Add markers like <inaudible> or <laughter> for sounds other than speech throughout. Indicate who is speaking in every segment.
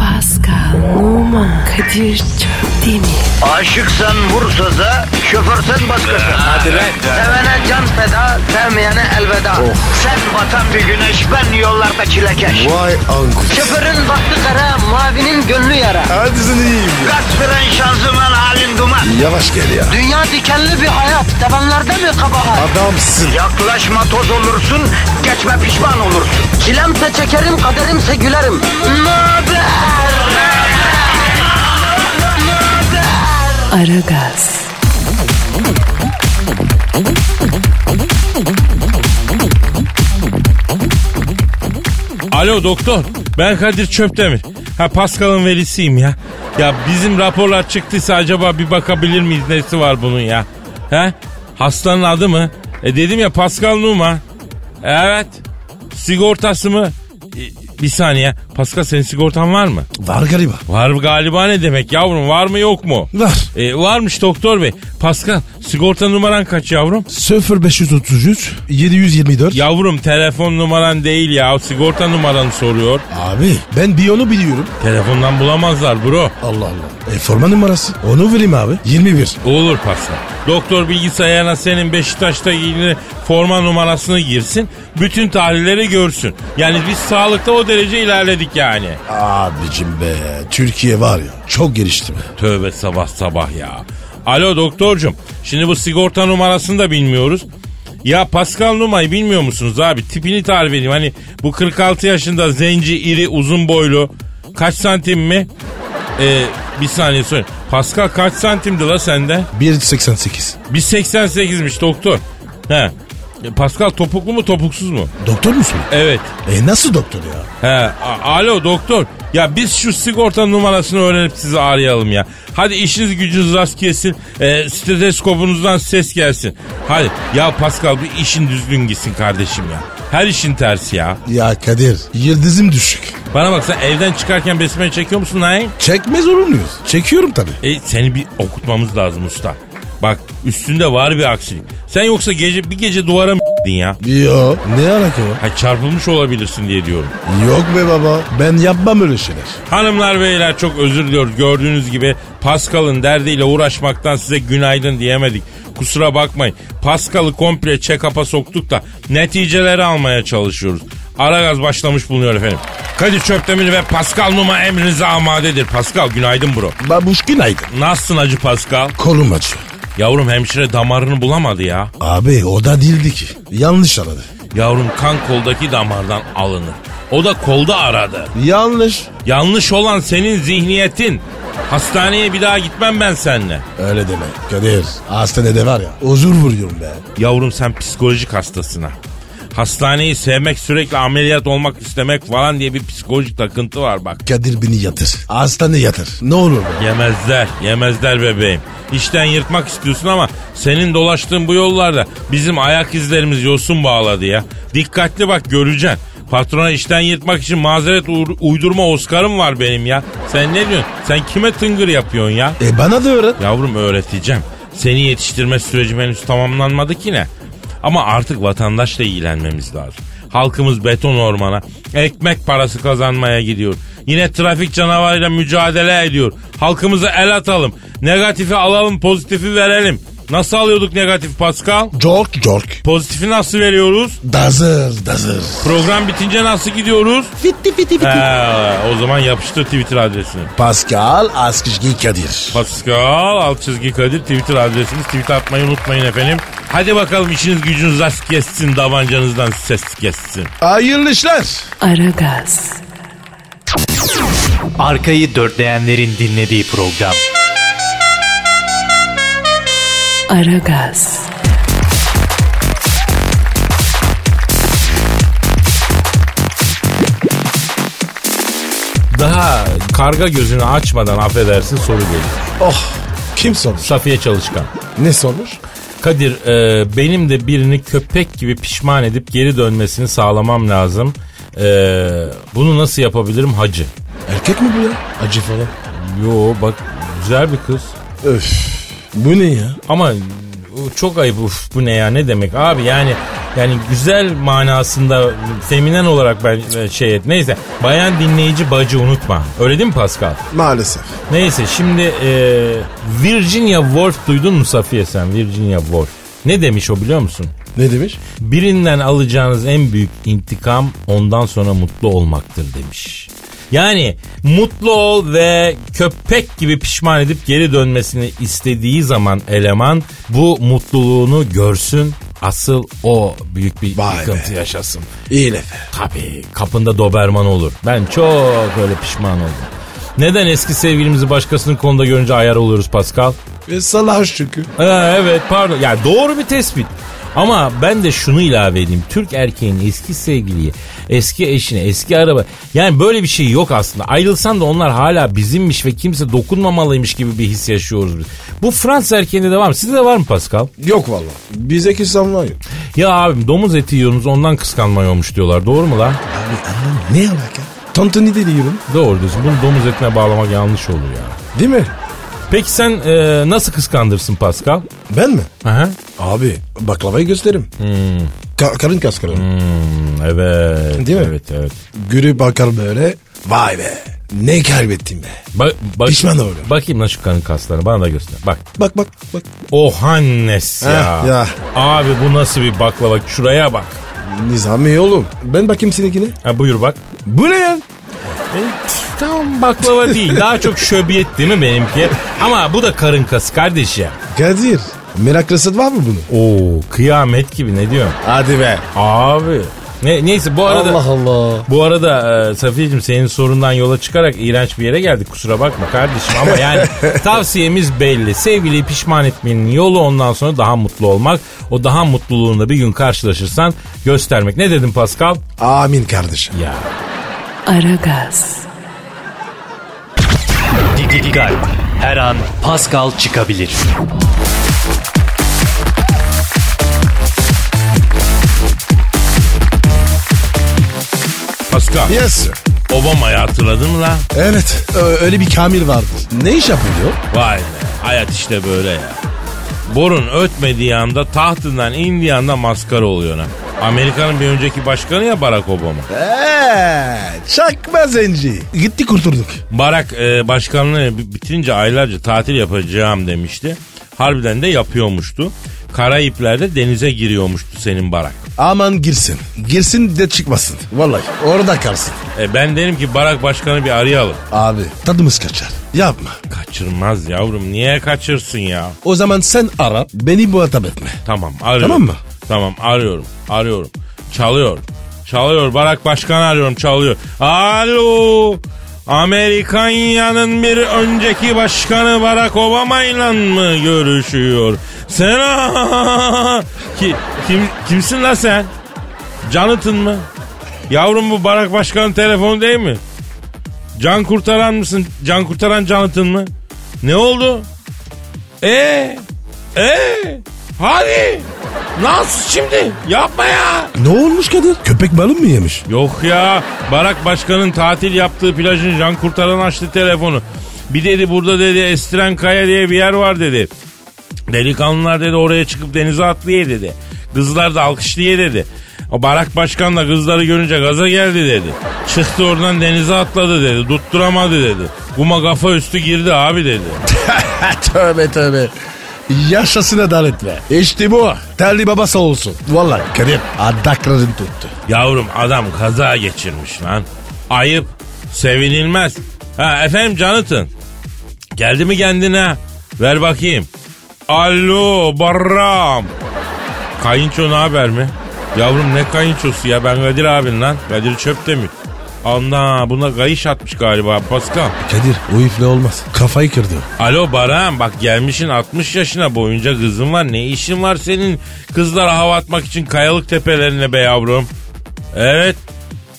Speaker 1: Pascal, Oman, Kadir çok değil mi?
Speaker 2: Aşıksan vursa da şoförsen başkasın. Hadi
Speaker 3: lan. Oh.
Speaker 2: Sevene can feda, sevmeyene elveda. Sen batan bir güneş, ben yollarda çilekeş.
Speaker 3: Vay anku.
Speaker 2: Şoförün baktı kara, mavinin gönlü yara.
Speaker 3: Hadi sen iyiyim ya.
Speaker 2: Kasperen şanzıman halin duman.
Speaker 3: Yavaş gel ya.
Speaker 2: Dünya dikenli bir hayat, sevenlerde mi kabahar?
Speaker 3: Adamsın.
Speaker 2: Yaklaşma toz olursun, geçme pişman olursun. Çilemse çekerim, kaderimse gülerim. Möber!
Speaker 1: Aragaz,
Speaker 4: Alo doktor. Ben Kadir Çöptemir. Ha Pascal'ın velisiyim ya. Ya bizim raporlar çıktıysa acaba bir bakabilir miyiz nesi var bunun ya? He? Hastanın adı mı? E dedim ya Pascal Numa. Evet. Sigortası mı? E, bir saniye. Pascal senin sigortan var mı?
Speaker 3: Var galiba.
Speaker 4: Var galiba ne demek yavrum var mı yok mu?
Speaker 3: Var.
Speaker 4: E, varmış doktor bey. Pascal sigorta numaran kaç yavrum?
Speaker 3: 0533 724.
Speaker 4: Yavrum telefon numaran değil ya sigorta numaranı soruyor.
Speaker 3: Abi ben bir onu biliyorum.
Speaker 4: Telefondan bulamazlar bro.
Speaker 3: Allah Allah. E forma numarası. Onu vereyim abi. 21.
Speaker 4: Olur pasta. Doktor bilgisayarına senin Beşiktaş'ta giyini forma numarasını girsin. Bütün tahlilleri görsün. Yani biz sağlıkta o derece ilerledik yani.
Speaker 3: Abicim be. Türkiye var ya. Çok gelişti be.
Speaker 4: Tövbe sabah sabah ya. Alo doktorcum. Şimdi bu sigorta numarasını da bilmiyoruz. Ya Pascal Numa'yı bilmiyor musunuz abi? Tipini tarif edeyim. Hani bu 46 yaşında zenci, iri, uzun boylu. Kaç santim mi? Ee, bir saniye söyle. Pascal kaç santimdi la sende?
Speaker 3: 188.
Speaker 4: 1.88'miş doktor. He. E, Pascal topuklu mu topuksuz mu?
Speaker 3: Doktor musun?
Speaker 4: Evet.
Speaker 3: E nasıl doktor ya?
Speaker 4: He. A- Alo doktor. Ya biz şu sigorta numarasını öğrenip sizi arayalım ya. Hadi işiniz gücünüz rast kesin. E, stetoskopunuzdan ses gelsin. Hadi. Ya Pascal bir işin düzgün gitsin kardeşim ya. Her işin tersi ya.
Speaker 3: Ya Kadir. Yıldızım düşük.
Speaker 4: Bana bak sen evden çıkarken besmele çekiyor musun lan?
Speaker 3: Çekmez zorunluyuz. Çekiyorum tabii.
Speaker 4: E seni bir okutmamız lazım usta. Bak üstünde var bir aksilik. Sen yoksa gece bir gece duvara mı ya?
Speaker 3: Yo. Ne alaka ya?
Speaker 4: Ha çarpılmış olabilirsin diye diyorum.
Speaker 3: Yok be baba. Ben yapmam öyle şeyler.
Speaker 4: Hanımlar beyler çok özür diliyoruz. Gördüğünüz gibi Pascal'ın derdiyle uğraşmaktan size günaydın diyemedik. Kusura bakmayın. Pascal'ı komple check-up'a soktuk da neticeleri almaya çalışıyoruz. Aragaz başlamış bulunuyor efendim. Kadir Çöptemir ve Pascal Numa emrinize amadedir. Pascal günaydın bro.
Speaker 3: Babuş günaydın.
Speaker 4: Nasılsın acı Pascal?
Speaker 3: Kolum acıyor.
Speaker 4: Yavrum hemşire damarını bulamadı ya.
Speaker 3: Abi o da değildi ki. Yanlış aradı.
Speaker 4: Yavrum kan koldaki damardan alınır. O da kolda aradı.
Speaker 3: Yanlış.
Speaker 4: Yanlış olan senin zihniyetin. Hastaneye bir daha gitmem ben seninle.
Speaker 3: Öyle deme. Kadir hastanede var ya. Huzur vuruyorum be.
Speaker 4: Yavrum sen psikolojik hastasın ha. Hastaneyi sevmek sürekli ameliyat olmak istemek falan diye bir psikolojik takıntı var bak.
Speaker 3: Kadir beni yatır. Hastane yatır. Ne olur be.
Speaker 4: Yemezler, yemezler bebeğim. İşten yırtmak istiyorsun ama senin dolaştığın bu yollarda bizim ayak izlerimiz yosun bağladı ya. Dikkatli bak göreceksin. Patrona işten yırtmak için mazeret uğur- uydurma Oscar'ım var benim ya. Sen ne diyorsun? Sen kime tıngır yapıyorsun ya?
Speaker 3: E bana da öğret.
Speaker 4: Yavrum öğreteceğim. Seni yetiştirme sürecim henüz tamamlanmadı ki ne? Ama artık vatandaşla ilgilenmemiz lazım. Halkımız beton ormana, ekmek parası kazanmaya gidiyor. Yine trafik canavarıyla mücadele ediyor. Halkımıza el atalım. Negatifi alalım, pozitifi verelim. Nasıl alıyorduk negatif Pascal?
Speaker 3: Cork cork.
Speaker 4: Pozitifi nasıl veriyoruz?
Speaker 3: Dazır dazır.
Speaker 4: Program bitince nasıl gidiyoruz?
Speaker 3: Fitti fitti fitti.
Speaker 4: Ha, o zaman yapıştır Twitter adresini.
Speaker 3: Pascal Askışki Kadir.
Speaker 4: Pascal alt çizgi Kadir Twitter adresimiz. Tweet atmayı unutmayın efendim. Hadi bakalım işiniz gücünüz rast kessin. Davancanızdan ses kessin.
Speaker 3: Hayırlı işler.
Speaker 1: Aragaz,
Speaker 5: Arkayı dörtleyenlerin dinlediği program.
Speaker 1: Aragaz,
Speaker 4: Daha karga gözünü açmadan affedersin soru geliyor.
Speaker 3: Oh. Kim sormuş?
Speaker 4: Safiye Çalışkan.
Speaker 3: Ne sormuş?
Speaker 4: Kadir e, benim de birini köpek gibi pişman edip geri dönmesini sağlamam lazım. E, bunu nasıl yapabilirim hacı?
Speaker 3: Erkek mi bu ya? Acı falan.
Speaker 4: Yo bak güzel bir kız.
Speaker 3: Öf. Bu ne ya?
Speaker 4: Ama çok ayıp uf bu ne ya ne demek abi yani Yani güzel manasında feminen olarak ben e, şey et. Neyse bayan dinleyici bacı unutma. Öyle değil mi Pascal?
Speaker 3: Maalesef.
Speaker 4: Neyse şimdi e, Virginia Woolf duydun mu Safiye sen? Virginia Woolf. Ne demiş o biliyor musun?
Speaker 3: Ne demiş?
Speaker 4: Birinden alacağınız en büyük intikam ondan sonra mutlu olmaktır demiş. Yani mutlu ol ve köpek gibi pişman edip geri dönmesini istediği zaman eleman bu mutluluğunu görsün. Asıl o büyük bir
Speaker 3: Vay be.
Speaker 4: yıkıntı yaşasın.
Speaker 3: İyi laf.
Speaker 4: Tabii kapında doberman olur. Ben çok öyle pişman oldum. Neden eski sevgilimizi başkasının konuda görünce ayar oluyoruz Pascal?
Speaker 3: Ve salaş çünkü.
Speaker 4: Ha, evet pardon. Ya doğru bir tespit. Ama ben de şunu ilave edeyim. Türk erkeğinin eski sevgiliyi, eski eşine, eski araba. Yani böyle bir şey yok aslında. Ayrılsan da onlar hala bizimmiş ve kimse dokunmamalıymış gibi bir his yaşıyoruz biz. Bu Fransız erkeğinde de var mı? Sizde de var mı Pascal?
Speaker 3: Yok valla. Bizdeki insanlar yok.
Speaker 4: Ya abim domuz eti yiyorsunuz ondan kıskanma olmuş diyorlar. Doğru mu lan?
Speaker 3: Abi annem ne alaka? Tantuni de diyorum.
Speaker 4: Doğru diyorsun. Bunu domuz etine bağlamak yanlış olur ya.
Speaker 3: Değil mi?
Speaker 4: Peki sen e, nasıl kıskandırsın Pascal?
Speaker 3: Ben mi?
Speaker 4: Aha.
Speaker 3: Abi baklavayı gösteririm. Hmm. Ka- karın kas karın.
Speaker 4: Evet.
Speaker 3: Değil mi?
Speaker 4: Evet evet.
Speaker 3: Gürü bakar böyle. Vay be. Ne kaybettim be.
Speaker 4: Bak, bak,
Speaker 3: Pişman oluyorum.
Speaker 4: Bakayım lan şu kanın kaslarını bana da göster. Bak.
Speaker 3: Bak bak bak.
Speaker 4: O Hannes ya.
Speaker 3: Heh, ya.
Speaker 4: Abi bu nasıl bir baklava? Şuraya bak.
Speaker 3: Nizami oğlum. Ben bakayım seninkine.
Speaker 4: Ha, buyur bak.
Speaker 3: Bu ne ya?
Speaker 4: E,
Speaker 3: <laughs>
Speaker 4: tam baklava değil. Daha çok şöbiyet değil mi benimki? Ama bu da karın kası kardeş ya.
Speaker 3: Kadir. Meraklısı var mı bunun?
Speaker 4: Oo kıyamet gibi ne diyorsun?
Speaker 3: Hadi be.
Speaker 4: Abi. Ne, neyse bu arada...
Speaker 3: Allah Allah.
Speaker 4: Bu arada e, Safiyeciğim senin sorundan yola çıkarak iğrenç bir yere geldik kusura bakma kardeşim ama yani tavsiyemiz belli. Sevgiliyi pişman etmenin yolu ondan sonra daha mutlu olmak. O daha mutluluğunda bir gün karşılaşırsan göstermek. Ne dedim Pascal?
Speaker 3: Amin kardeşim.
Speaker 4: Ya
Speaker 1: Aragaz,
Speaker 5: Didi Dikkat. Her an Pascal çıkabilir.
Speaker 4: Pascal
Speaker 3: Yes. sir.
Speaker 4: Obama'yı hatırladın mı lan?
Speaker 3: Evet. ö- Öyle bir Kamil vardı. Ne iş yapıyor?
Speaker 4: Vay be hayat işte böyle ya. Borun ötmediği anda tahtından indiği anda maskara oluyor ha. Amerika'nın bir önceki başkanı ya Barack Obama.
Speaker 3: Eee çakma zenci. Gitti kurtulduk.
Speaker 4: Barak e, başkanlığı bi- bitirince aylarca tatil yapacağım demişti. Harbiden de yapıyormuştu. Karayipler'de denize giriyormuştu senin Barak.
Speaker 3: Aman girsin. Girsin de çıkmasın. Vallahi orada kalsın.
Speaker 4: E, ben derim ki Barak başkanı bir arayalım.
Speaker 3: Abi tadımız kaçar. Yapma.
Speaker 4: Kaçırmaz yavrum niye kaçırsın ya?
Speaker 3: O zaman sen ara beni muhatap etme.
Speaker 4: Tamam arıyorum.
Speaker 3: Tamam mı?
Speaker 4: Tamam arıyorum arıyorum. Çalıyor. Çalıyor Barak Başkan'ı arıyorum çalıyor. Alo. Amerikanya'nın bir önceki başkanı Barack Obama ile mı görüşüyor? Sen Ki, kim, kimsin la sen? Jonathan mı? Yavrum bu Barak Başkan'ın telefonu değil mi? Can kurtaran mısın? Can kurtaran Jonathan mı? Ne oldu? E e hadi nasıl şimdi yapma ya.
Speaker 3: Ne olmuş Kadir? Köpek balığı mı yemiş?
Speaker 4: Yok ya Barak Başkan'ın tatil yaptığı plajın can kurtaran açtı telefonu. Bir dedi burada dedi Estiren Kaya diye bir yer var dedi. Delikanlılar dedi oraya çıkıp denize atlıyor dedi. Kızlar da alkışlıyor dedi. O Barak Başkan da kızları görünce gaza geldi dedi. Çıktı oradan denize atladı dedi. Tutturamadı dedi. Kuma kafa üstü girdi abi dedi.
Speaker 3: <laughs> tövbe tövbe. Yaşasın adalet be. İşte bu. Terli babası olsun. Vallahi Kadir adakların tuttu.
Speaker 4: Yavrum adam kaza geçirmiş lan. Ayıp. Sevinilmez. Ha efendim Jonathan. Geldi mi kendine? Ver bakayım. Alo Barram. Kayınço ne haber mi? Yavrum ne kayınçosu ya ben Kadir abin lan. Kadir çöp mi? Ana buna kayış atmış galiba Pascal.
Speaker 3: Kadir o ifle olmaz. Kafayı kırdı.
Speaker 4: Alo Baran bak gelmişin 60 yaşına boyunca kızın var. Ne işin var senin kızlara hava atmak için kayalık tepelerine be yavrum? Evet.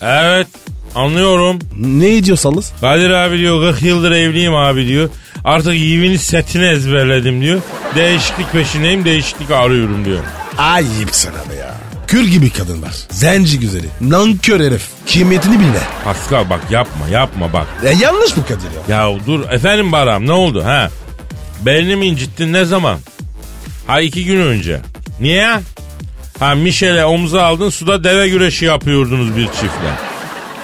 Speaker 4: Evet. Anlıyorum.
Speaker 3: Ne diyorsanız?
Speaker 4: Kadir abi diyor 40 yıldır evliyim abi diyor. Artık yivini setini ezberledim diyor. Değişiklik peşindeyim değişiklik arıyorum diyor.
Speaker 3: Ayıp sana be ya. Kür gibi kadın var. Zenci güzeli. Nankör herif. Kıymetini bilme.
Speaker 4: Pascal bak yapma yapma bak.
Speaker 3: Ya yanlış bu Kadir ya.
Speaker 4: Ya dur efendim Baran ne oldu ha? Belini mi incittin ne zaman? Ha iki gün önce. Niye? Ha Michel'e omza aldın suda deve güreşi yapıyordunuz bir çiftle.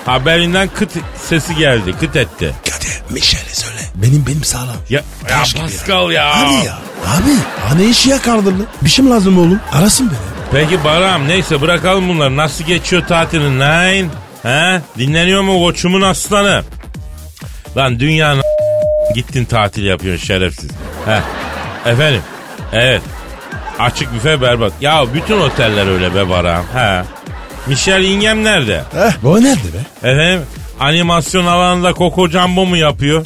Speaker 4: Ha belinden kıt sesi geldi kıt etti.
Speaker 3: Hadi Michel'e söyle. Benim benim sağlam.
Speaker 4: Ya, ya
Speaker 3: Taş gibi ya.
Speaker 4: Pascal ya.
Speaker 3: Abi ya. Abi hani işi yakardın lan. Bir şey mi lazım oğlum? Arasın beni.
Speaker 4: Peki Baram neyse bırakalım bunları. Nasıl geçiyor tatilin lan? He? Dinleniyor mu koçumun aslanı? Lan dünyanın gittin tatil yapıyorsun şerefsiz. He. Efendim? Evet. Açık büfe berbat. Ya bütün oteller öyle be Baram. He. Michel İngem nerede?
Speaker 3: Heh, Eh, bu nerede be?
Speaker 4: Efendim animasyon alanında Coco Jumbo mu yapıyor?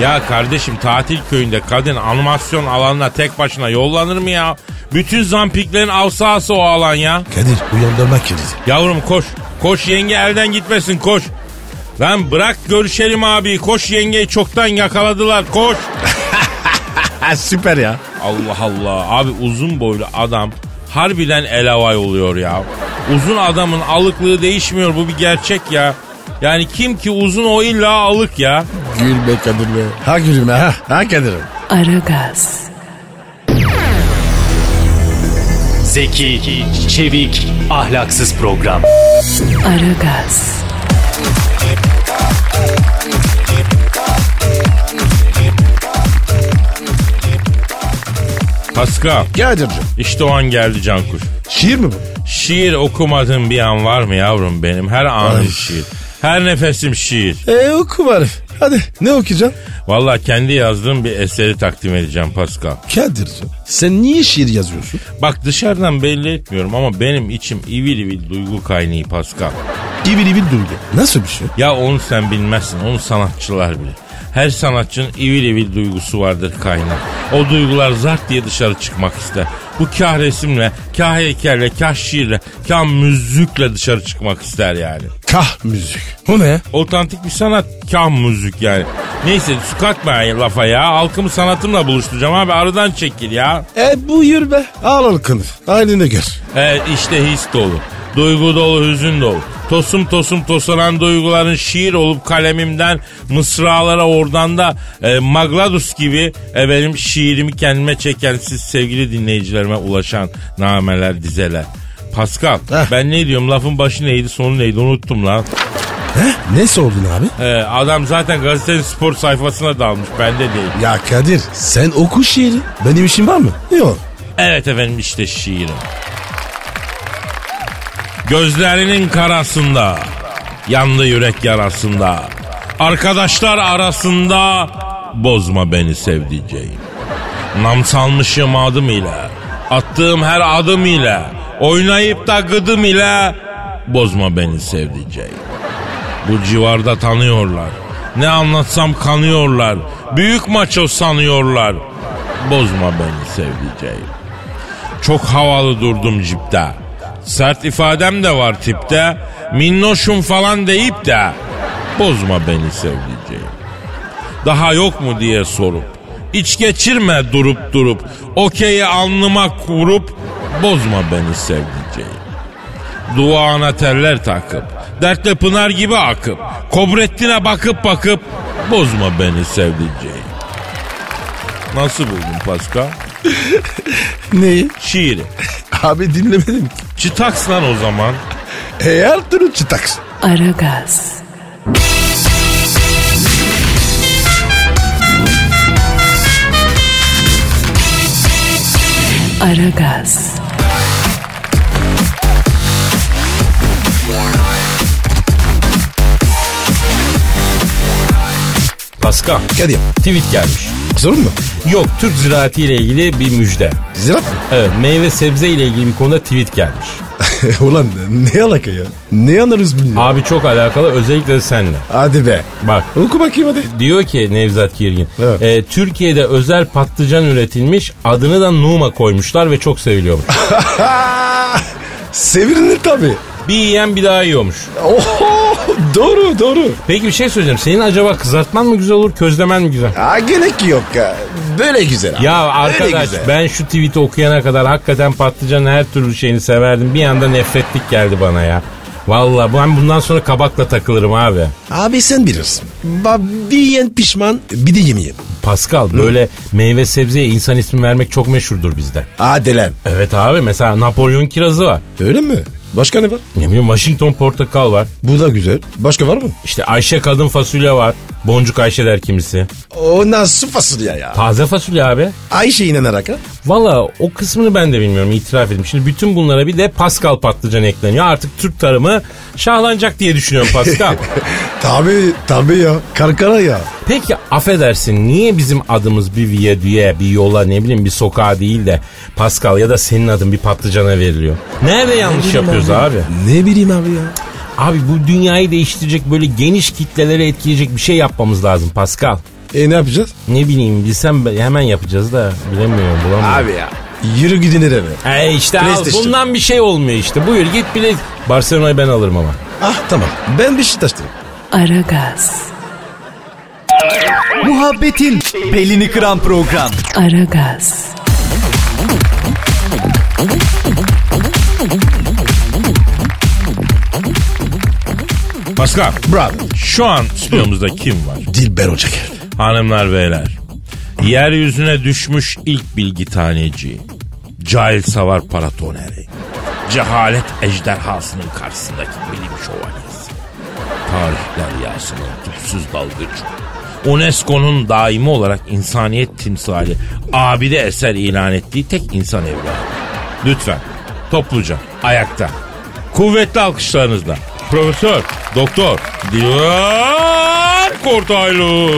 Speaker 4: Ya kardeşim tatil köyünde kadın animasyon alanına tek başına yollanır mı ya? Bütün zampiklerin avsası o alan ya.
Speaker 3: Kadir uyandırma kilidi.
Speaker 4: Yavrum koş. Koş yenge elden gitmesin koş. Lan bırak görüşelim abi. Koş yengeyi çoktan yakaladılar koş.
Speaker 3: Ha süper ya.
Speaker 4: Allah Allah. Abi uzun boylu adam harbiden elavay oluyor ya. Uzun adamın alıklığı değişmiyor bu bir gerçek ya. Yani kim ki uzun o illa alık ya.
Speaker 3: Gülme Kadir be. Ha gülme ha. Ha Kadir'im.
Speaker 1: Aragaz,
Speaker 5: Zeki, çevik, ahlaksız program.
Speaker 1: Aragaz,
Speaker 4: Pascal
Speaker 3: Kadir'cim.
Speaker 4: işte o an geldi Cankuş.
Speaker 3: Şiir mi bu?
Speaker 4: Şiir okumadığım bir an var mı yavrum benim? Her anım
Speaker 3: Ay.
Speaker 4: şiir. Her nefesim şiir.
Speaker 3: E oku bari. Hadi ne okuyacaksın?
Speaker 4: Vallahi kendi yazdığım bir eseri takdim edeceğim Pascal.
Speaker 3: Kadir'cim. Sen niye şiir yazıyorsun?
Speaker 4: Bak dışarıdan belli etmiyorum ama benim içim ivil ivil duygu kaynıyor Pascal.
Speaker 3: İvil ivil duygu. Nasıl bir şey?
Speaker 4: Ya onu sen bilmezsin, onu sanatçılar bilir. Her sanatçının ivil ivil duygusu vardır kaynak. O duygular zart diye dışarı çıkmak ister. Bu kah resimle, kah heykelle, kah şiirle, kah müzikle dışarı çıkmak ister yani.
Speaker 3: Kah müzik. Bu ne ya?
Speaker 4: Otantik bir sanat, kah müzik yani. Neyse su katma ya lafa ya. Halkımı sanatımla buluşturacağım abi aradan çekil ya.
Speaker 3: E buyur be. Al al kınır. Halini gör.
Speaker 4: E, işte his dolu, duygu dolu, hüzün dolu. Tosum tosum tosanan duyguların şiir olup kalemimden mısralara oradan da e, Magladus gibi e, benim şiirimi kendime çeken siz sevgili dinleyicilerime ulaşan nameler, dizeler. Pascal
Speaker 3: Heh.
Speaker 4: ben ne diyorum lafın başı neydi sonu neydi unuttum lan.
Speaker 3: He? Ne sordun abi?
Speaker 4: E, adam zaten gazetenin spor sayfasına dalmış bende değil.
Speaker 3: Ya Kadir sen oku şiiri. Benim işim var mı? Yok.
Speaker 4: Evet efendim işte şiirim. Gözlerinin karasında, yandı yürek yarasında, arkadaşlar arasında bozma beni sevdiceğim. Nam salmışım adım ile, attığım her adım ile, oynayıp da gıdım ile bozma beni sevdiceğim. Bu civarda tanıyorlar. Ne anlatsam kanıyorlar. Büyük maço sanıyorlar. Bozma beni sevdiceğim. Çok havalı durdum cipte. Sert ifadem de var tipte. Minnoşum falan deyip de bozma beni sevdiceğim. Daha yok mu diye sorup iç geçirme durup durup okeyi alnıma kurup bozma beni sevdiceğim. Duana teller takıp, dertle pınar gibi akıp, kobrettine bakıp bakıp, bozma beni sevdiceğim. Nasıl buldun Pascal?
Speaker 3: Neyi?
Speaker 4: Şiiri.
Speaker 3: Abi dinlemedim.
Speaker 4: Çıtaks lan o zaman.
Speaker 3: E her türlü çıtaks.
Speaker 1: Aragaz, Aragaz,
Speaker 6: Pascal
Speaker 3: Kadir
Speaker 6: tweet gelmiş.
Speaker 3: sorun mu?
Speaker 6: Yok Türk ziraatı ile ilgili bir müjde.
Speaker 3: Ziraat mı?
Speaker 6: Evet meyve sebze ile ilgili bir konuda tweet gelmiş.
Speaker 3: <laughs> Ulan ne alaka ya? Ne anlarız bunu?
Speaker 6: Abi çok alakalı özellikle de seninle.
Speaker 3: Hadi be.
Speaker 6: Bak
Speaker 3: Oku bakayım hadi. <laughs>
Speaker 6: diyor ki Nevzat Girgin.
Speaker 3: Evet.
Speaker 6: e, Türkiye'de özel patlıcan üretilmiş adını da Numa koymuşlar ve çok seviliyormuş.
Speaker 3: Sevirilir tabii.
Speaker 6: bir yiyen bir daha yiyormuş.
Speaker 3: Oho doğru doğru.
Speaker 6: Peki bir şey söyleyeceğim. Senin acaba kızartman mı güzel olur közlemen mi güzel?
Speaker 3: Ha gerek yok ya. Böyle güzel abi.
Speaker 6: Ya
Speaker 3: Böyle
Speaker 6: arkadaş
Speaker 3: güzel.
Speaker 6: ben şu tweet'i okuyana kadar hakikaten patlıcanın her türlü şeyini severdim. Bir anda nefretlik geldi bana ya. Valla ben bundan sonra kabakla takılırım abi.
Speaker 3: Abi sen bilirsin. Ba- Bir yiyen pişman bir de yemeyen.
Speaker 6: Pascal böyle meyve sebzeye insan ismi vermek çok meşhurdur bizde.
Speaker 3: Hadi lan.
Speaker 6: Evet abi mesela Napolyon kirazı var.
Speaker 3: Öyle mi? Başka ne var?
Speaker 6: Ne bileyim Washington portakal var.
Speaker 3: Bu da güzel. Başka var mı?
Speaker 6: İşte Ayşe kadın fasulye var. Boncuk Ayşe der kimisi.
Speaker 3: O nasıl fasulye ya?
Speaker 6: Taze fasulye abi.
Speaker 3: Ayşe inanarak ha?
Speaker 6: Valla o kısmını ben de bilmiyorum itiraf edeyim. Şimdi bütün bunlara bir de Pascal patlıcan ekleniyor. Artık Türk tarımı şahlanacak diye düşünüyorum Pascal. <laughs>
Speaker 3: <laughs> Tabi tabi ya. Karkara ya.
Speaker 6: Peki affedersin niye bizim adımız bir viyadüye, bir yola ne bileyim bir sokağa değil de Pascal ya da senin adın bir patlıcana veriliyor? Nerede yanlış yapıyoruz abi?
Speaker 3: Ne bileyim abi ya.
Speaker 6: Abi bu dünyayı değiştirecek böyle geniş kitlelere etkileyecek bir şey yapmamız lazım Pascal.
Speaker 3: E ne yapacağız?
Speaker 6: Ne bileyim bilsem be- hemen yapacağız da bilemiyorum bulamıyorum.
Speaker 3: ya. Yürü gidin eve.
Speaker 6: E işte al,
Speaker 3: PlayStation.
Speaker 6: bundan bir şey olmuyor işte. Buyur git bile. Barcelona'yı ben alırım ama.
Speaker 3: Ah tamam. Ben Beşiktaşlıyım.
Speaker 1: Aragaz,
Speaker 5: Muhabbetin belini kıran program.
Speaker 1: Aragaz,
Speaker 4: Pascal
Speaker 3: Bravo.
Speaker 4: şu an stüdyomuzda kim var?
Speaker 3: Dilber Hoca geldi.
Speaker 4: Hanımlar beyler. Yeryüzüne düşmüş ilk bilgi taneci. Cahil savar paratoneri. Cehalet ejderhasının karşısındaki bilim şövalyesi. Tarihler yasının tüpsüz dalgıç. UNESCO'nun daimi olarak insaniyet timsali abide eser ilan ettiği tek insan evladı. Lütfen topluca ayakta kuvvetli alkışlarınızla Profesör Doktor Dilber Kortaylı.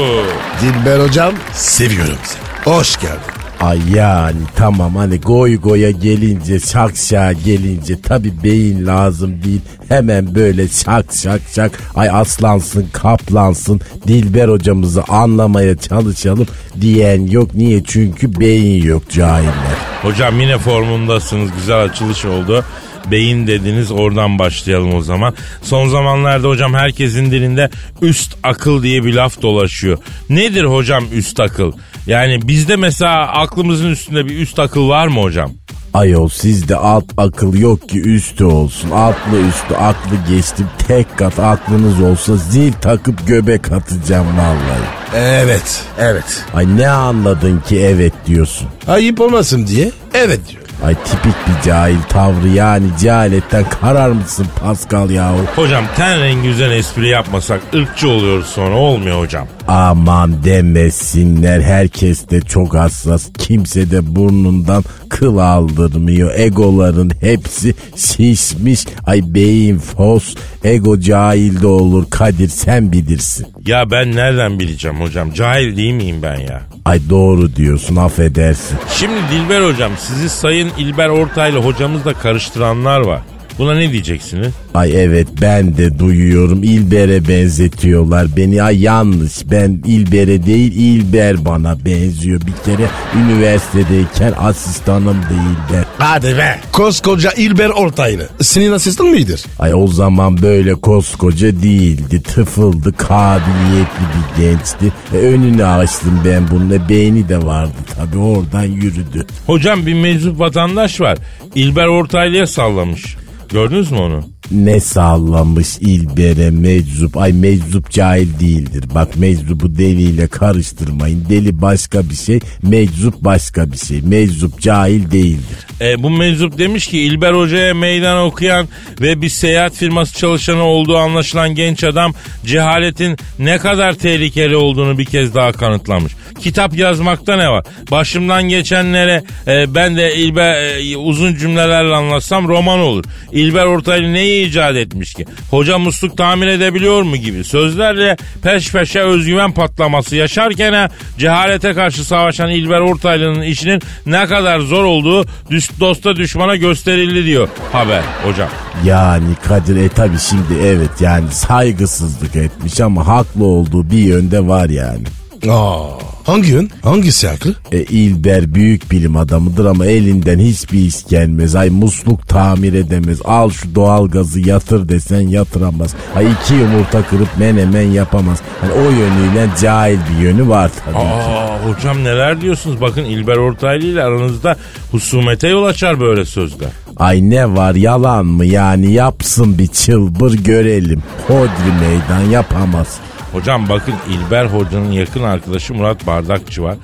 Speaker 3: Dilber Hocam seviyorum seni. Hoş geldin.
Speaker 7: Ay yani tamam hani goy goya gelince şak şağa gelince tabi beyin lazım değil. Hemen böyle şak şak şak ay aslansın kaplansın Dilber hocamızı anlamaya çalışalım diyen yok. Niye çünkü beyin yok cahiller.
Speaker 4: Hocam yine formundasınız. Güzel açılış oldu. Beyin dediniz oradan başlayalım o zaman. Son zamanlarda hocam herkesin dilinde üst akıl diye bir laf dolaşıyor. Nedir hocam üst akıl? Yani bizde mesela aklımızın üstünde bir üst akıl var mı hocam?
Speaker 7: Ayol sizde alt akıl yok ki üstü olsun. Altlı üstü aklı geçtim tek kat aklınız olsa zil takıp göbek atacağım vallahi.
Speaker 3: Evet. Evet.
Speaker 7: Ay ne anladın ki evet diyorsun.
Speaker 3: Ayıp olmasın diye evet diyor.
Speaker 7: Ay tipik bir cahil tavrı yani cehaletten karar mısın Pascal yahu?
Speaker 4: Hocam ten rengi üzerine espri yapmasak ırkçı oluyoruz sonra olmuyor hocam.
Speaker 7: Aman demesinler herkes de çok hassas kimse de burnundan kıl aldırmıyor egoların hepsi şişmiş ay beyin fos ego cahil de olur Kadir sen bilirsin.
Speaker 4: Ya ben nereden bileceğim hocam? Cahil değil miyim ben ya?
Speaker 7: Ay doğru diyorsun affedersin.
Speaker 4: Şimdi Dilber hocam sizi Sayın İlber Ortaylı hocamızla karıştıranlar var. Buna ne diyeceksiniz?
Speaker 7: Ay evet ben de duyuyorum İlber'e benzetiyorlar beni ay yanlış ben İlber'e değil İlber bana benziyor bir kere üniversitedeyken asistanım İlber.
Speaker 3: Hadi be. Koskoca İlber Ortaylı. Senin asistan mıydır?
Speaker 7: Ay o zaman böyle koskoca değildi tıfıldı kabiliyetli bir gençti E, önünü açtım ben bununla beyni de vardı tabi oradan yürüdü.
Speaker 4: Hocam bir meczup vatandaş var. İlber Ortaylı'ya sallamış. Gördünüz mü onu?
Speaker 7: Ne sallamış İlber'e meczup. Ay meczup cahil değildir. Bak meczubu deliyle karıştırmayın. Deli başka bir şey, meczup başka bir şey. Meczup cahil değildir.
Speaker 4: E, bu meczup demiş ki İlber Hoca'ya meydan okuyan ve bir seyahat firması çalışanı olduğu anlaşılan genç adam cehaletin ne kadar tehlikeli olduğunu bir kez daha kanıtlamış. Kitap yazmakta ne var? Başımdan geçenlere e, ben de İlber e, uzun cümlelerle anlatsam roman olur. İlber Ortaylı neyi icat etmiş ki? Hoca musluk tamir edebiliyor mu gibi sözlerle peş peşe özgüven patlaması yaşarken ha, cehalete karşı savaşan İlber Ortaylı'nın işinin ne kadar zor olduğu düş- dosta düşmana gösterildi diyor haber hocam.
Speaker 7: Yani Kadir e tabi şimdi evet yani saygısızlık etmiş ama haklı olduğu bir yönde var yani.
Speaker 3: Aa. Hangi yön? Hangisi haklı?
Speaker 7: E, İlber büyük bilim adamıdır ama elinden hiçbir iş gelmez. Ay musluk tamir edemez. Al şu doğalgazı yatır desen yatıramaz. Ay iki yumurta kırıp menemen yapamaz. Hani o yönüyle cahil bir yönü var tabii.
Speaker 4: Aa hocam neler diyorsunuz? Bakın İlber Ortaylı ile aranızda husumete yol açar böyle sözler.
Speaker 7: Ay ne var yalan mı yani yapsın bir çılbır görelim. Hodri meydan yapamaz.
Speaker 4: Hocam bakın İlber Hoca'nın yakın arkadaşı Murat Bardakçı var.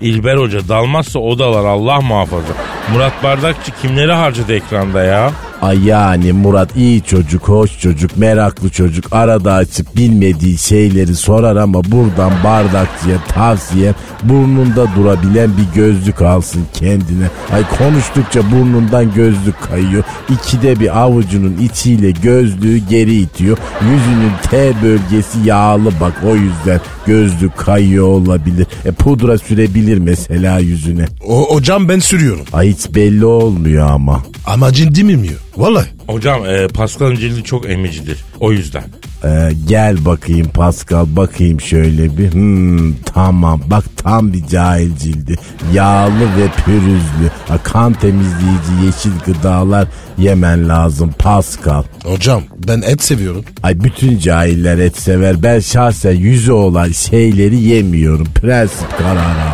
Speaker 4: İlber Hoca dalmazsa o dalar Allah muhafaza. Murat Bardakçı kimleri harcadı ekranda ya?
Speaker 7: Ay yani Murat iyi çocuk, hoş çocuk, meraklı çocuk. Arada açıp bilmediği şeyleri sorar ama buradan bardakçıya tavsiye burnunda durabilen bir gözlük alsın kendine. Ay konuştukça burnundan gözlük kayıyor. İkide bir avucunun içiyle gözlüğü geri itiyor. Yüzünün T bölgesi yağlı bak o yüzden gözlük kayıyor olabilir. E, pudra sürebilir mesela yüzüne.
Speaker 3: O, hocam ben sürüyorum.
Speaker 7: Ay hiç belli olmuyor ama.
Speaker 3: Ama ciddi miyim diyor. Vallahi.
Speaker 4: Hocam e, Pascal'ın cildi çok emicidir. O yüzden.
Speaker 7: Ee, gel bakayım Pascal bakayım şöyle bir. Hmm, tamam bak tam bir cahil cildi. Yağlı ve pürüzlü. Ha, kan temizleyici yeşil gıdalar yemen lazım Pascal.
Speaker 3: Hocam ben et seviyorum.
Speaker 7: Ay bütün cahiller et sever. Ben şahsen yüzü olan şeyleri yemiyorum. Prensip kararı aldım.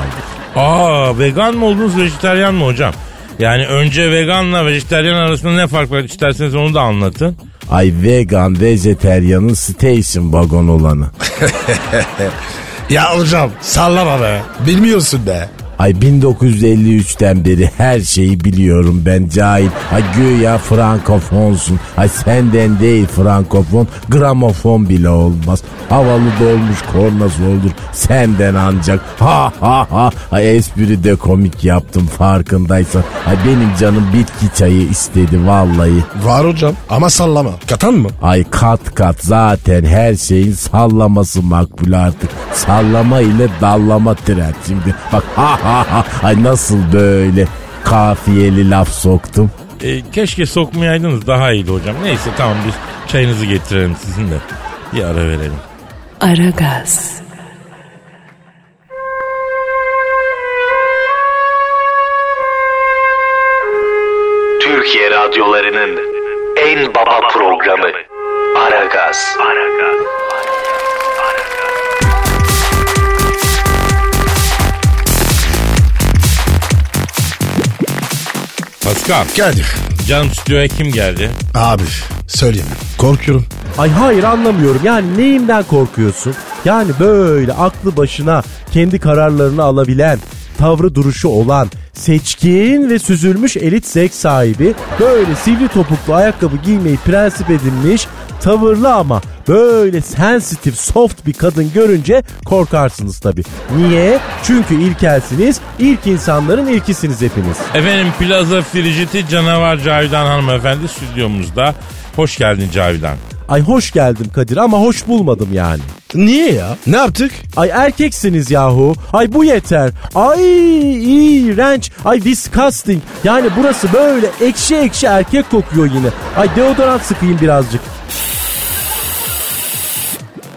Speaker 4: Aa vegan mı oldunuz vejetaryen mi hocam? Yani önce veganla vejetaryen arasında ne fark var isterseniz onu da anlatın.
Speaker 7: Ay vegan vejeteryanın station vagon olanı.
Speaker 3: Ya hocam sallama be. Bilmiyorsun be.
Speaker 7: Ay 1953'ten beri her şeyi biliyorum ben cahil. Ay güya frankofonsun. Ay senden değil frankofon, gramofon bile olmaz. Havalı dolmuş kornası olur senden ancak. Ha ha ha. Ay espri de komik yaptım farkındaysan. Ay benim canım bitki çayı istedi vallahi.
Speaker 3: Var hocam ama sallama. Katan mı?
Speaker 7: Ay kat kat zaten her şeyin sallaması makbul artık. Sallama ile dallama tren şimdi. Bak ha ha ha. Ay nasıl böyle kafiyeli laf soktum.
Speaker 4: E, keşke sokmayaydınız daha iyiydi hocam. Neyse tamam biz çayınızı getirelim sizin de. Bir ara verelim.
Speaker 1: Aragaz,
Speaker 8: Türkiye radyolarının en baba programı Aragaz.
Speaker 4: Pascal
Speaker 3: Geldi.
Speaker 4: canım stüdyoya kim geldi?
Speaker 3: Abi söyleyeyim. Korkuyorum.
Speaker 9: Ay hayır anlamıyorum. Yani neyimden korkuyorsun? Yani böyle aklı başına kendi kararlarını alabilen, tavrı duruşu olan, seçkin ve süzülmüş elit zevk sahibi, böyle sivri topuklu ayakkabı giymeyi prensip edinmiş, tavırlı ama böyle sensitif, soft bir kadın görünce korkarsınız tabii. Niye? Çünkü ilkelsiniz, ilk insanların ilkisiniz hepiniz.
Speaker 4: Efendim Plaza Frijiti Canavar Cavidan hanımefendi stüdyomuzda. Hoş geldin Cavidan.
Speaker 9: Ay hoş geldim Kadir ama hoş bulmadım yani.
Speaker 3: Niye ya? Ne yaptık?
Speaker 9: Ay erkeksiniz yahu. Ay bu yeter. Ay iğrenç. Ay disgusting. Yani burası böyle ekşi ekşi erkek kokuyor yine. Ay deodorant sıkayım birazcık.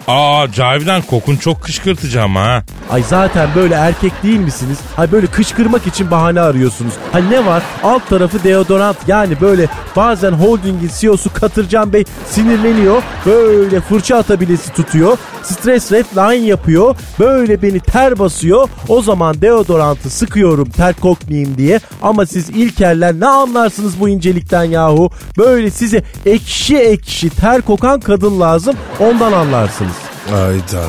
Speaker 4: Aa Cavidan kokun çok kışkırtıcı ama ha.
Speaker 9: Ay zaten böyle erkek değil misiniz? Ay böyle kışkırmak için bahane arıyorsunuz. Ay ne var? Alt tarafı deodorant. Yani böyle bazen holdingin CEO'su Katırcan Bey sinirleniyor. Böyle fırça atabilesi tutuyor. Stres red line yapıyor. Böyle beni ter basıyor. O zaman deodorantı sıkıyorum ter kokmayayım diye. Ama siz ilkeller ne anlarsınız bu incelikten yahu? Böyle size ekşi ekşi ter kokan kadın lazım. Ondan anlarsınız.
Speaker 3: Hayda.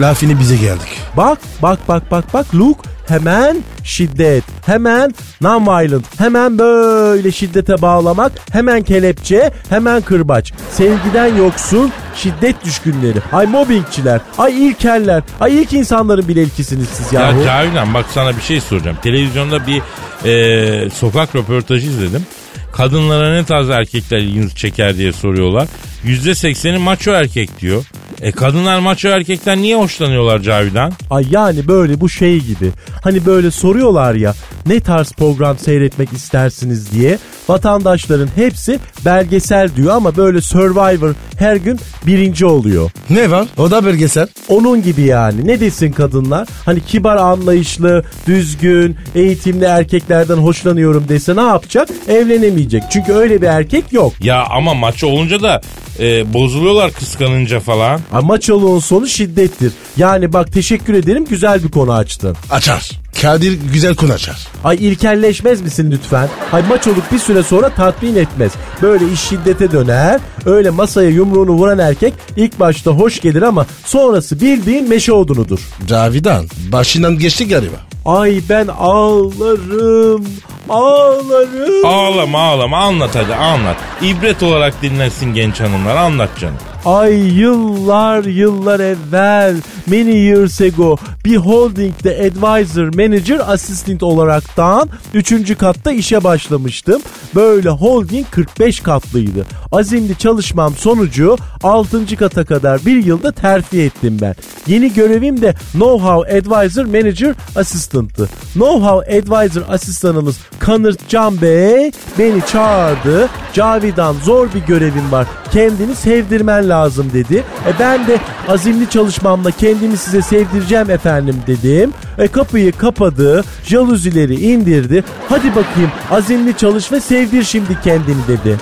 Speaker 3: Lafini bize geldik.
Speaker 9: Bak bak bak bak bak Luke hemen şiddet hemen non-violent hemen böyle şiddete bağlamak hemen kelepçe hemen kırbaç sevgiden yoksun şiddet düşkünleri ay mobbingçiler ay ilkeller ay ilk insanların bile ilkisiniz siz
Speaker 4: Ya
Speaker 9: yahu.
Speaker 4: Cavidan bak sana bir şey soracağım. Televizyonda bir e, sokak röportajı izledim. Kadınlara ne tarz erkekler ilginizi çeker diye soruyorlar. Yüzde sekseni maço erkek diyor. E kadınlar maço erkekten niye hoşlanıyorlar Cavidan?
Speaker 9: Ay yani böyle bu şey gibi. Hani böyle soruyorlar ya ne tarz program seyretmek istersiniz diye. Vatandaşların hepsi belgesel diyor ama böyle Survivor her gün birinci oluyor.
Speaker 3: Ne var? O da belgesel.
Speaker 9: Onun gibi yani. Ne desin kadınlar? Hani kibar anlayışlı, düzgün, eğitimli erkeklerden hoşlanıyorum dese ne yapacak? Evlenemeyecek. Çünkü öyle bir erkek yok.
Speaker 4: Ya ama maço olunca da e, bozuluyorlar kıskanınca falan.
Speaker 9: Ama maçoluğun sonu şiddettir. Yani bak teşekkür ederim güzel bir konu açtın.
Speaker 3: Açar. Kadir güzel konu açar.
Speaker 9: Ay ilkelleşmez misin lütfen? Ay maç olup bir süre sonra tatmin etmez. Böyle iş şiddete döner. Öyle masaya yumruğunu vuran erkek ilk başta hoş gelir ama sonrası bildiğin meşe odunudur.
Speaker 3: Cavidan başından geçti galiba.
Speaker 9: Ay ben ağlarım. Ağlarım.
Speaker 4: Ağlama ağlama anlat hadi anlat. İbret olarak dinlensin genç hanımlar anlat canım.
Speaker 9: Ay yıllar yıllar evvel many years ago bir holdingde advisor manager assistant olaraktan 3. katta işe başlamıştım. Böyle holding 45 katlıydı. Azimli çalışmam sonucu 6. kata kadar bir yılda terfi ettim ben. Yeni görevim de know-how advisor manager assistant'tı. Know-how advisor asistanımız Kanırt Can Bey beni çağırdı. Cavidan zor bir görevim var. Kendini sevdirmen lazım dedi. E ben de azimli çalışmamla kendimi size sevdireceğim efendim dedim. E kapıyı kapadı. Jaluzileri indirdi. Hadi bakayım azimli çalış ve sevdir şimdi kendini dedi.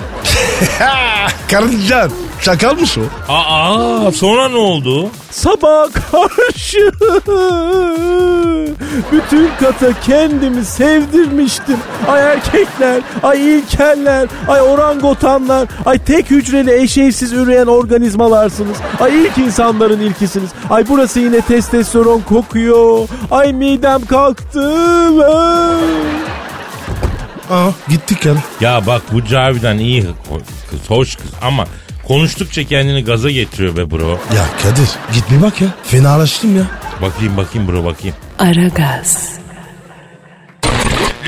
Speaker 3: Karıncan şakal mı şu?
Speaker 4: Aa sonra ne oldu?
Speaker 9: Sabah karşı bütün kata kendimi sevdirmiştim. Ay erkekler, ay ilkeller, ay orangotanlar, ay tek hücreli eşeysiz üreyen organizmalarsınız. Ay ilk insanların ilkisiniz. Ay burası yine testosteron kokuyor. Ay midem kalktı. Ay.
Speaker 3: Aa gittik yani.
Speaker 4: Ya bak bu Cavidan iyi ho- kız hoş kız ama konuştukça kendini gaza getiriyor be bro.
Speaker 3: Ya Kadir git bir bak ya. Fenalaştım ya.
Speaker 4: Bakayım bakayım bro bakayım.
Speaker 1: Aragaz,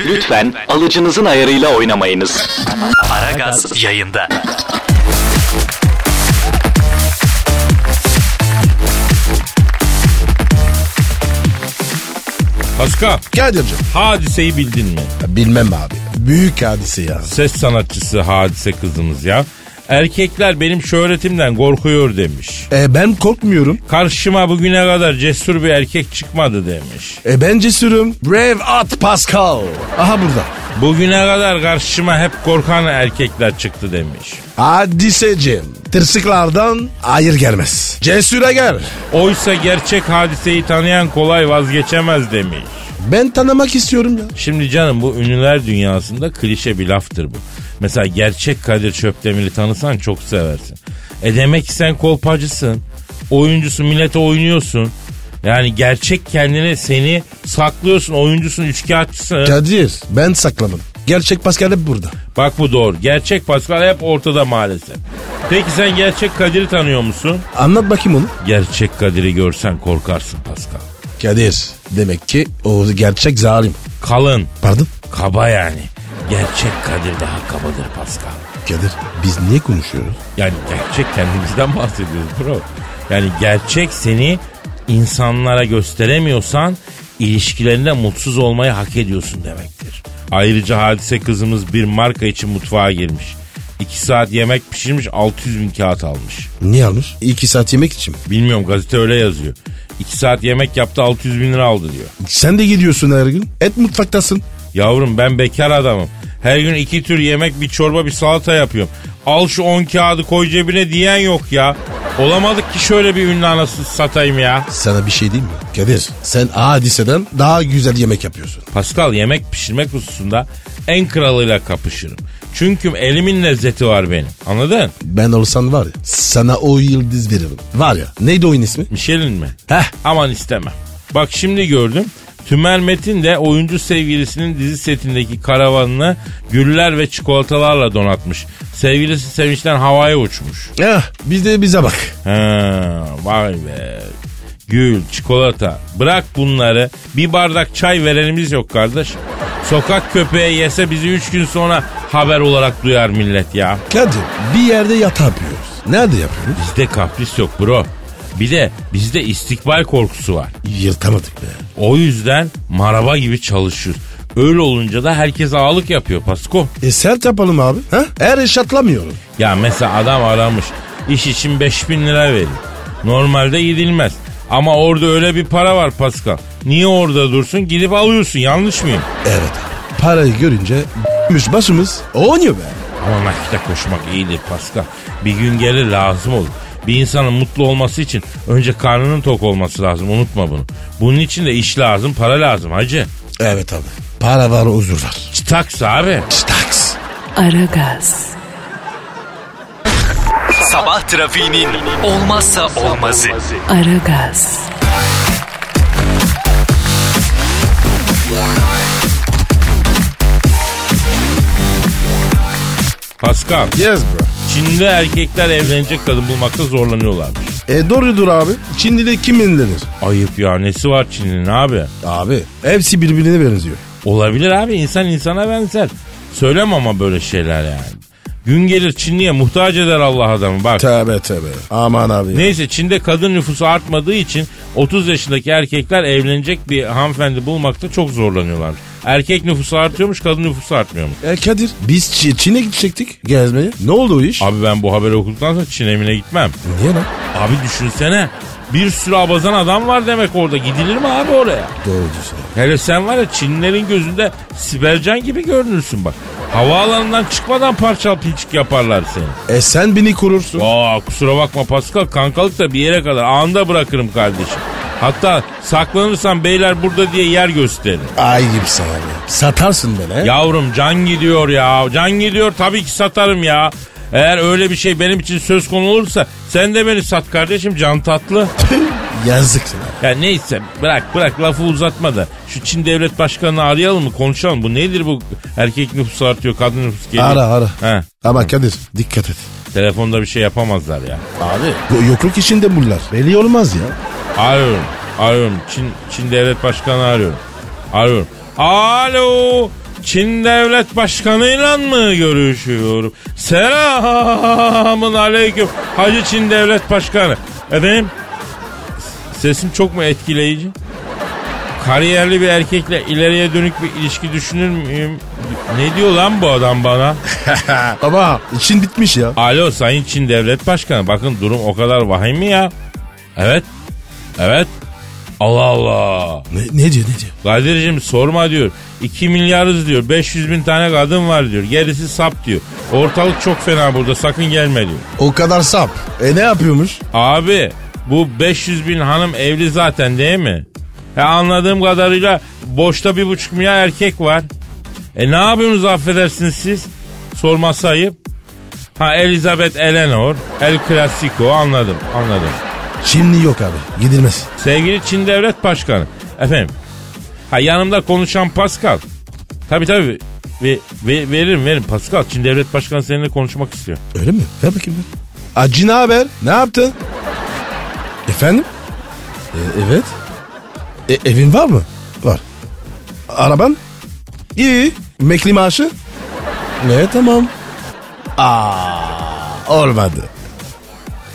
Speaker 8: Lütfen alıcınızın ayarıyla oynamayınız. Aragaz yayında.
Speaker 4: Pascal
Speaker 3: Kadir'cim.
Speaker 4: hadiseyi bildin mi?
Speaker 3: Ya Bilmem abi. Büyük hadise ya.
Speaker 4: Ses sanatçısı hadise kızımız ya. Erkekler benim şöhretimden korkuyor demiş.
Speaker 3: E ben korkmuyorum.
Speaker 4: Karşıma bugüne kadar cesur bir erkek çıkmadı demiş.
Speaker 3: E ben cesurum. Brave at Pascal. Aha burada.
Speaker 4: Bugüne kadar karşıma hep korkan erkekler çıktı demiş.
Speaker 3: Hadiseciğim. Tırsıklardan hayır gelmez. Cesure gel.
Speaker 4: Oysa gerçek hadiseyi tanıyan kolay vazgeçemez demiş.
Speaker 3: Ben tanımak istiyorum ya.
Speaker 4: Şimdi canım bu ünlüler dünyasında klişe bir laftır bu. Mesela gerçek Kadir Çöpdemir'i tanısan çok seversin. E demek ki sen kolpacısın. Oyuncusun millete oynuyorsun. Yani gerçek kendini seni saklıyorsun. Oyuncusun üçkağıtçısın.
Speaker 3: Kadir ben saklamadım. Gerçek Pascal hep burada.
Speaker 4: Bak bu doğru. Gerçek Pascal hep ortada maalesef. Peki sen gerçek Kadir'i tanıyor musun?
Speaker 3: Anlat bakayım onu.
Speaker 4: Gerçek Kadir'i görsen korkarsın Pascal.
Speaker 3: Kadir demek ki o gerçek zalim.
Speaker 4: Kalın,
Speaker 3: Pardon?
Speaker 4: kaba yani. Gerçek Kadir daha kabadır Pascal.
Speaker 3: Kadir biz niye konuşuyoruz?
Speaker 4: Yani gerçek kendimizden <laughs> bahsediyoruz bro. Yani gerçek seni insanlara gösteremiyorsan ilişkilerinde mutsuz olmayı hak ediyorsun demektir. Ayrıca hadise kızımız bir marka için mutfağa girmiş. 2 saat yemek pişirmiş 600 bin kağıt almış.
Speaker 3: Niye almış? İki saat yemek için mi?
Speaker 4: Bilmiyorum gazete öyle yazıyor. 2 saat yemek yaptı 600 bin lira aldı diyor.
Speaker 3: Sen de gidiyorsun her gün. Et mutfaktasın.
Speaker 4: Yavrum ben bekar adamım. Her gün iki tür yemek bir çorba bir salata yapıyorum. Al şu 10 kağıdı koy cebine diyen yok ya. Olamadık ki şöyle bir ünlü anasını satayım ya.
Speaker 3: Sana bir şey diyeyim mi? Kadir sen hadiseden daha güzel yemek yapıyorsun.
Speaker 4: Pascal yemek pişirmek hususunda en kralıyla kapışırım. Çünkü elimin lezzeti var benim. Anladın?
Speaker 3: Ben olsan var ya sana o yıldız veririm. Var ya neydi oyun ismi?
Speaker 4: Michelin mi?
Speaker 3: Heh.
Speaker 4: Aman istemem. Bak şimdi gördüm. Tümer Metin de oyuncu sevgilisinin dizi setindeki karavanını güller ve çikolatalarla donatmış. Sevgilisi sevinçten havaya uçmuş.
Speaker 3: Eh, biz de bize bak.
Speaker 4: Ha, vay be. Gül, çikolata. Bırak bunları. Bir bardak çay verenimiz yok kardeş. Sokak köpeği yese bizi üç gün sonra haber olarak duyar millet ya.
Speaker 3: Kadir bir yerde yatağı yapıyoruz. Nerede yapıyoruz?
Speaker 4: Bizde kapris yok bro. Bir de bizde istikbal korkusu var.
Speaker 3: Yırtamadık be.
Speaker 4: O yüzden maraba gibi çalışıyoruz. Öyle olunca da herkes ağalık yapıyor Pasko.
Speaker 3: E sert yapalım abi. Ha? Her iş atlamıyorum.
Speaker 4: Ya mesela adam aramış. İş için 5000 lira veriyor. Normalde gidilmez. Ama orada öyle bir para var Pascal. Niye orada dursun? Gidip alıyorsun. Yanlış mıyım?
Speaker 3: Evet abi. Parayı görünce b**miş başımız oynuyor be.
Speaker 4: Ama nakite koşmak iyidir Pascal. Bir gün gelir lazım olur. Bir insanın mutlu olması için önce karnının tok olması lazım. Unutma bunu. Bunun için de iş lazım, para lazım hacı.
Speaker 3: Evet abi. Para var huzur var.
Speaker 4: Taks abi.
Speaker 3: Staks.
Speaker 1: Aragaz,
Speaker 8: Sabah trafiğinin olmazsa olmazı.
Speaker 1: Aragaz,
Speaker 4: Pascal.
Speaker 3: Yes bro.
Speaker 4: Çin'de erkekler evlenecek kadın bulmakta zorlanıyorlar.
Speaker 3: E doğrudur abi. Çinli'de kim yenilenir?
Speaker 4: Ayıp ya nesi var Çin'in abi?
Speaker 3: Abi hepsi birbirine benziyor.
Speaker 4: Olabilir abi insan insana benzer. Söylem ama böyle şeyler yani. Gün gelir Çinli'ye muhtaç eder Allah adamı bak.
Speaker 3: Tövbe tövbe. Aman abi.
Speaker 4: Neyse Çin'de kadın nüfusu artmadığı için 30 yaşındaki erkekler evlenecek bir hanımefendi bulmakta çok zorlanıyorlar. Erkek nüfusu artıyormuş kadın nüfusu artmıyormuş.
Speaker 3: E Kadir biz Ç- Çin'e gidecektik gezmeye. Ne oldu o iş?
Speaker 4: Abi ben bu haberi okuduktan sonra Çin evine gitmem.
Speaker 3: Niye lan?
Speaker 4: Abi düşünsene bir sürü abazan adam var demek orada gidilir mi abi oraya?
Speaker 3: Doğru diyorsun.
Speaker 4: Hele sen var ya Çinlilerin gözünde Sibercan gibi görünürsün bak. Havaalanından çıkmadan parçal pinçik yaparlar seni.
Speaker 3: E sen beni korursun.
Speaker 4: Aa kusura bakma Pascal kankalık da bir yere kadar anda bırakırım kardeşim. Hatta saklanırsan beyler burada diye yer gösterin.
Speaker 3: Ay gibi sana be. Satarsın beni he?
Speaker 4: Yavrum can gidiyor ya. Can gidiyor tabii ki satarım ya. Eğer öyle bir şey benim için söz konu olursa sen de beni sat kardeşim can tatlı.
Speaker 3: Yazık sana.
Speaker 4: Ya neyse bırak bırak lafı uzatma da şu Çin devlet başkanını arayalım mı konuşalım bu nedir bu erkek nüfusu artıyor kadın nüfusu geliyor.
Speaker 3: Ara ara.
Speaker 4: He,
Speaker 3: Ama Kadir dikkat et.
Speaker 4: telefonda bir şey yapamazlar ya.
Speaker 3: Abi. Bu yokluk işinde bunlar. Belli olmaz ya.
Speaker 4: Arıyorum arıyorum Çin, Çin devlet başkanı arıyorum. Arıyorum. Alo Çin devlet başkanıyla mı görüşüyorum? Selamın aleyküm Hacı Çin devlet başkanı. Efendim sesim çok mu etkileyici? Kariyerli bir erkekle ileriye dönük bir ilişki düşünür müyüm? Ne diyor lan bu adam bana?
Speaker 3: Ama için bitmiş ya.
Speaker 4: Alo Sayın Çin Devlet Başkanı bakın durum o kadar vahim mi ya? Evet. Evet. Allah Allah.
Speaker 3: Ne, ne diyor ne diyor?
Speaker 4: Kadir'cim sorma diyor. 2 milyarız diyor. 500 bin tane kadın var diyor. Gerisi sap diyor. Ortalık çok fena burada sakın gelme diyor.
Speaker 3: O kadar sap. E ne yapıyormuş?
Speaker 4: Abi bu 500 bin hanım evli zaten değil mi? Ya anladığım kadarıyla boşta bir buçuk milyar erkek var. E ne yapıyorsunuz affedersiniz siz? Sorması ayıp. Ha Elizabeth Eleanor, El Clasico anladım anladım.
Speaker 3: Şimdi yok abi. Gidilmez.
Speaker 4: Sevgili Çin Devlet Başkanı. Efendim. Ha yanımda konuşan Pascal. Tabii tabii. Ve, ve, veririm veririm Pascal. Çin Devlet Başkanı seninle konuşmak istiyor.
Speaker 3: Öyle mi? Ver bakayım ben. Acı ne haber? Ne yaptın? Efendim? E, evet. E, evin var mı? Var. Araban? İyi. Mekli maaşı? Ne tamam. Aa, olmadı.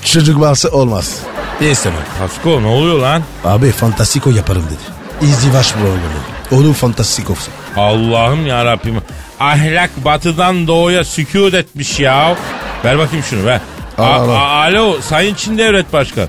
Speaker 3: Çocuk varsa olmaz. İstemem.
Speaker 4: Pasko ne oluyor lan?
Speaker 3: Abi fantasiko yaparım dedi. İzdivaç programı. Onu fantasikosun.
Speaker 4: Allah'ım ya Rabbim. Ahlak batıdan doğuya sükut etmiş ya. Ver bakayım şunu ver. A-
Speaker 3: Al, al.
Speaker 4: a- alo Sayın Çin Devlet Başkanı.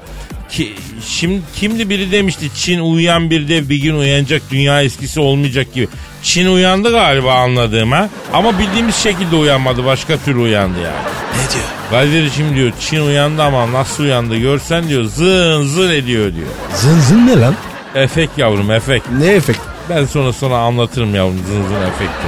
Speaker 4: Ki, şimdi kimdi biri demişti Çin uyuyan bir dev bir gün uyanacak dünya eskisi olmayacak gibi. Çin uyandı galiba anladığım ha. Ama bildiğimiz şekilde uyanmadı başka türlü uyandı yani.
Speaker 3: Ne diyor?
Speaker 4: Kadir'cim diyor Çin uyandı ama nasıl uyandı görsen diyor zın zın ediyor diyor.
Speaker 3: Zın zın ne lan?
Speaker 4: Efek yavrum efek.
Speaker 3: Ne efekt?
Speaker 4: Ben sonra sonra anlatırım yavrum zın zın efekti.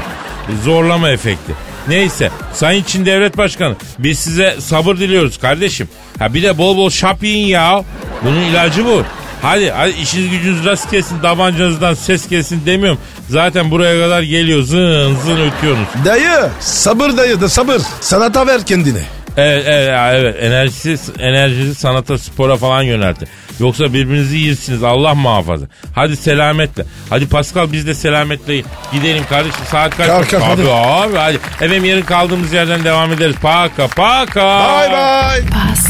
Speaker 4: E, Zorlama efekti. Neyse Sayın Çin Devlet Başkanı biz size sabır diliyoruz kardeşim. Ha bir de bol bol şap yiyin ya. Bunun ilacı bu. Hadi, hadi işiniz gücünüz rast kesin tabancanızdan ses kesin demiyorum. Zaten buraya kadar geliyor zın zın ötüyorsunuz.
Speaker 3: Dayı sabır dayı da sabır. Sanata ver kendini.
Speaker 4: Evet, evet, evet. Enerjisi, enerjisi sanata, spora falan yöneltin. Yoksa birbirinizi yiyirsiniz Allah muhafaza. Hadi selametle. Hadi Pascal biz de selametle gidelim kardeşim. Saat kaç?
Speaker 3: Kalk, kalk,
Speaker 4: Abi,
Speaker 3: hadi.
Speaker 4: abi, hadi. Efendim yarın kaldığımız yerden devam ederiz. Paka paka.
Speaker 3: Bay bay.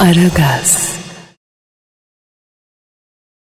Speaker 1: Aragaz.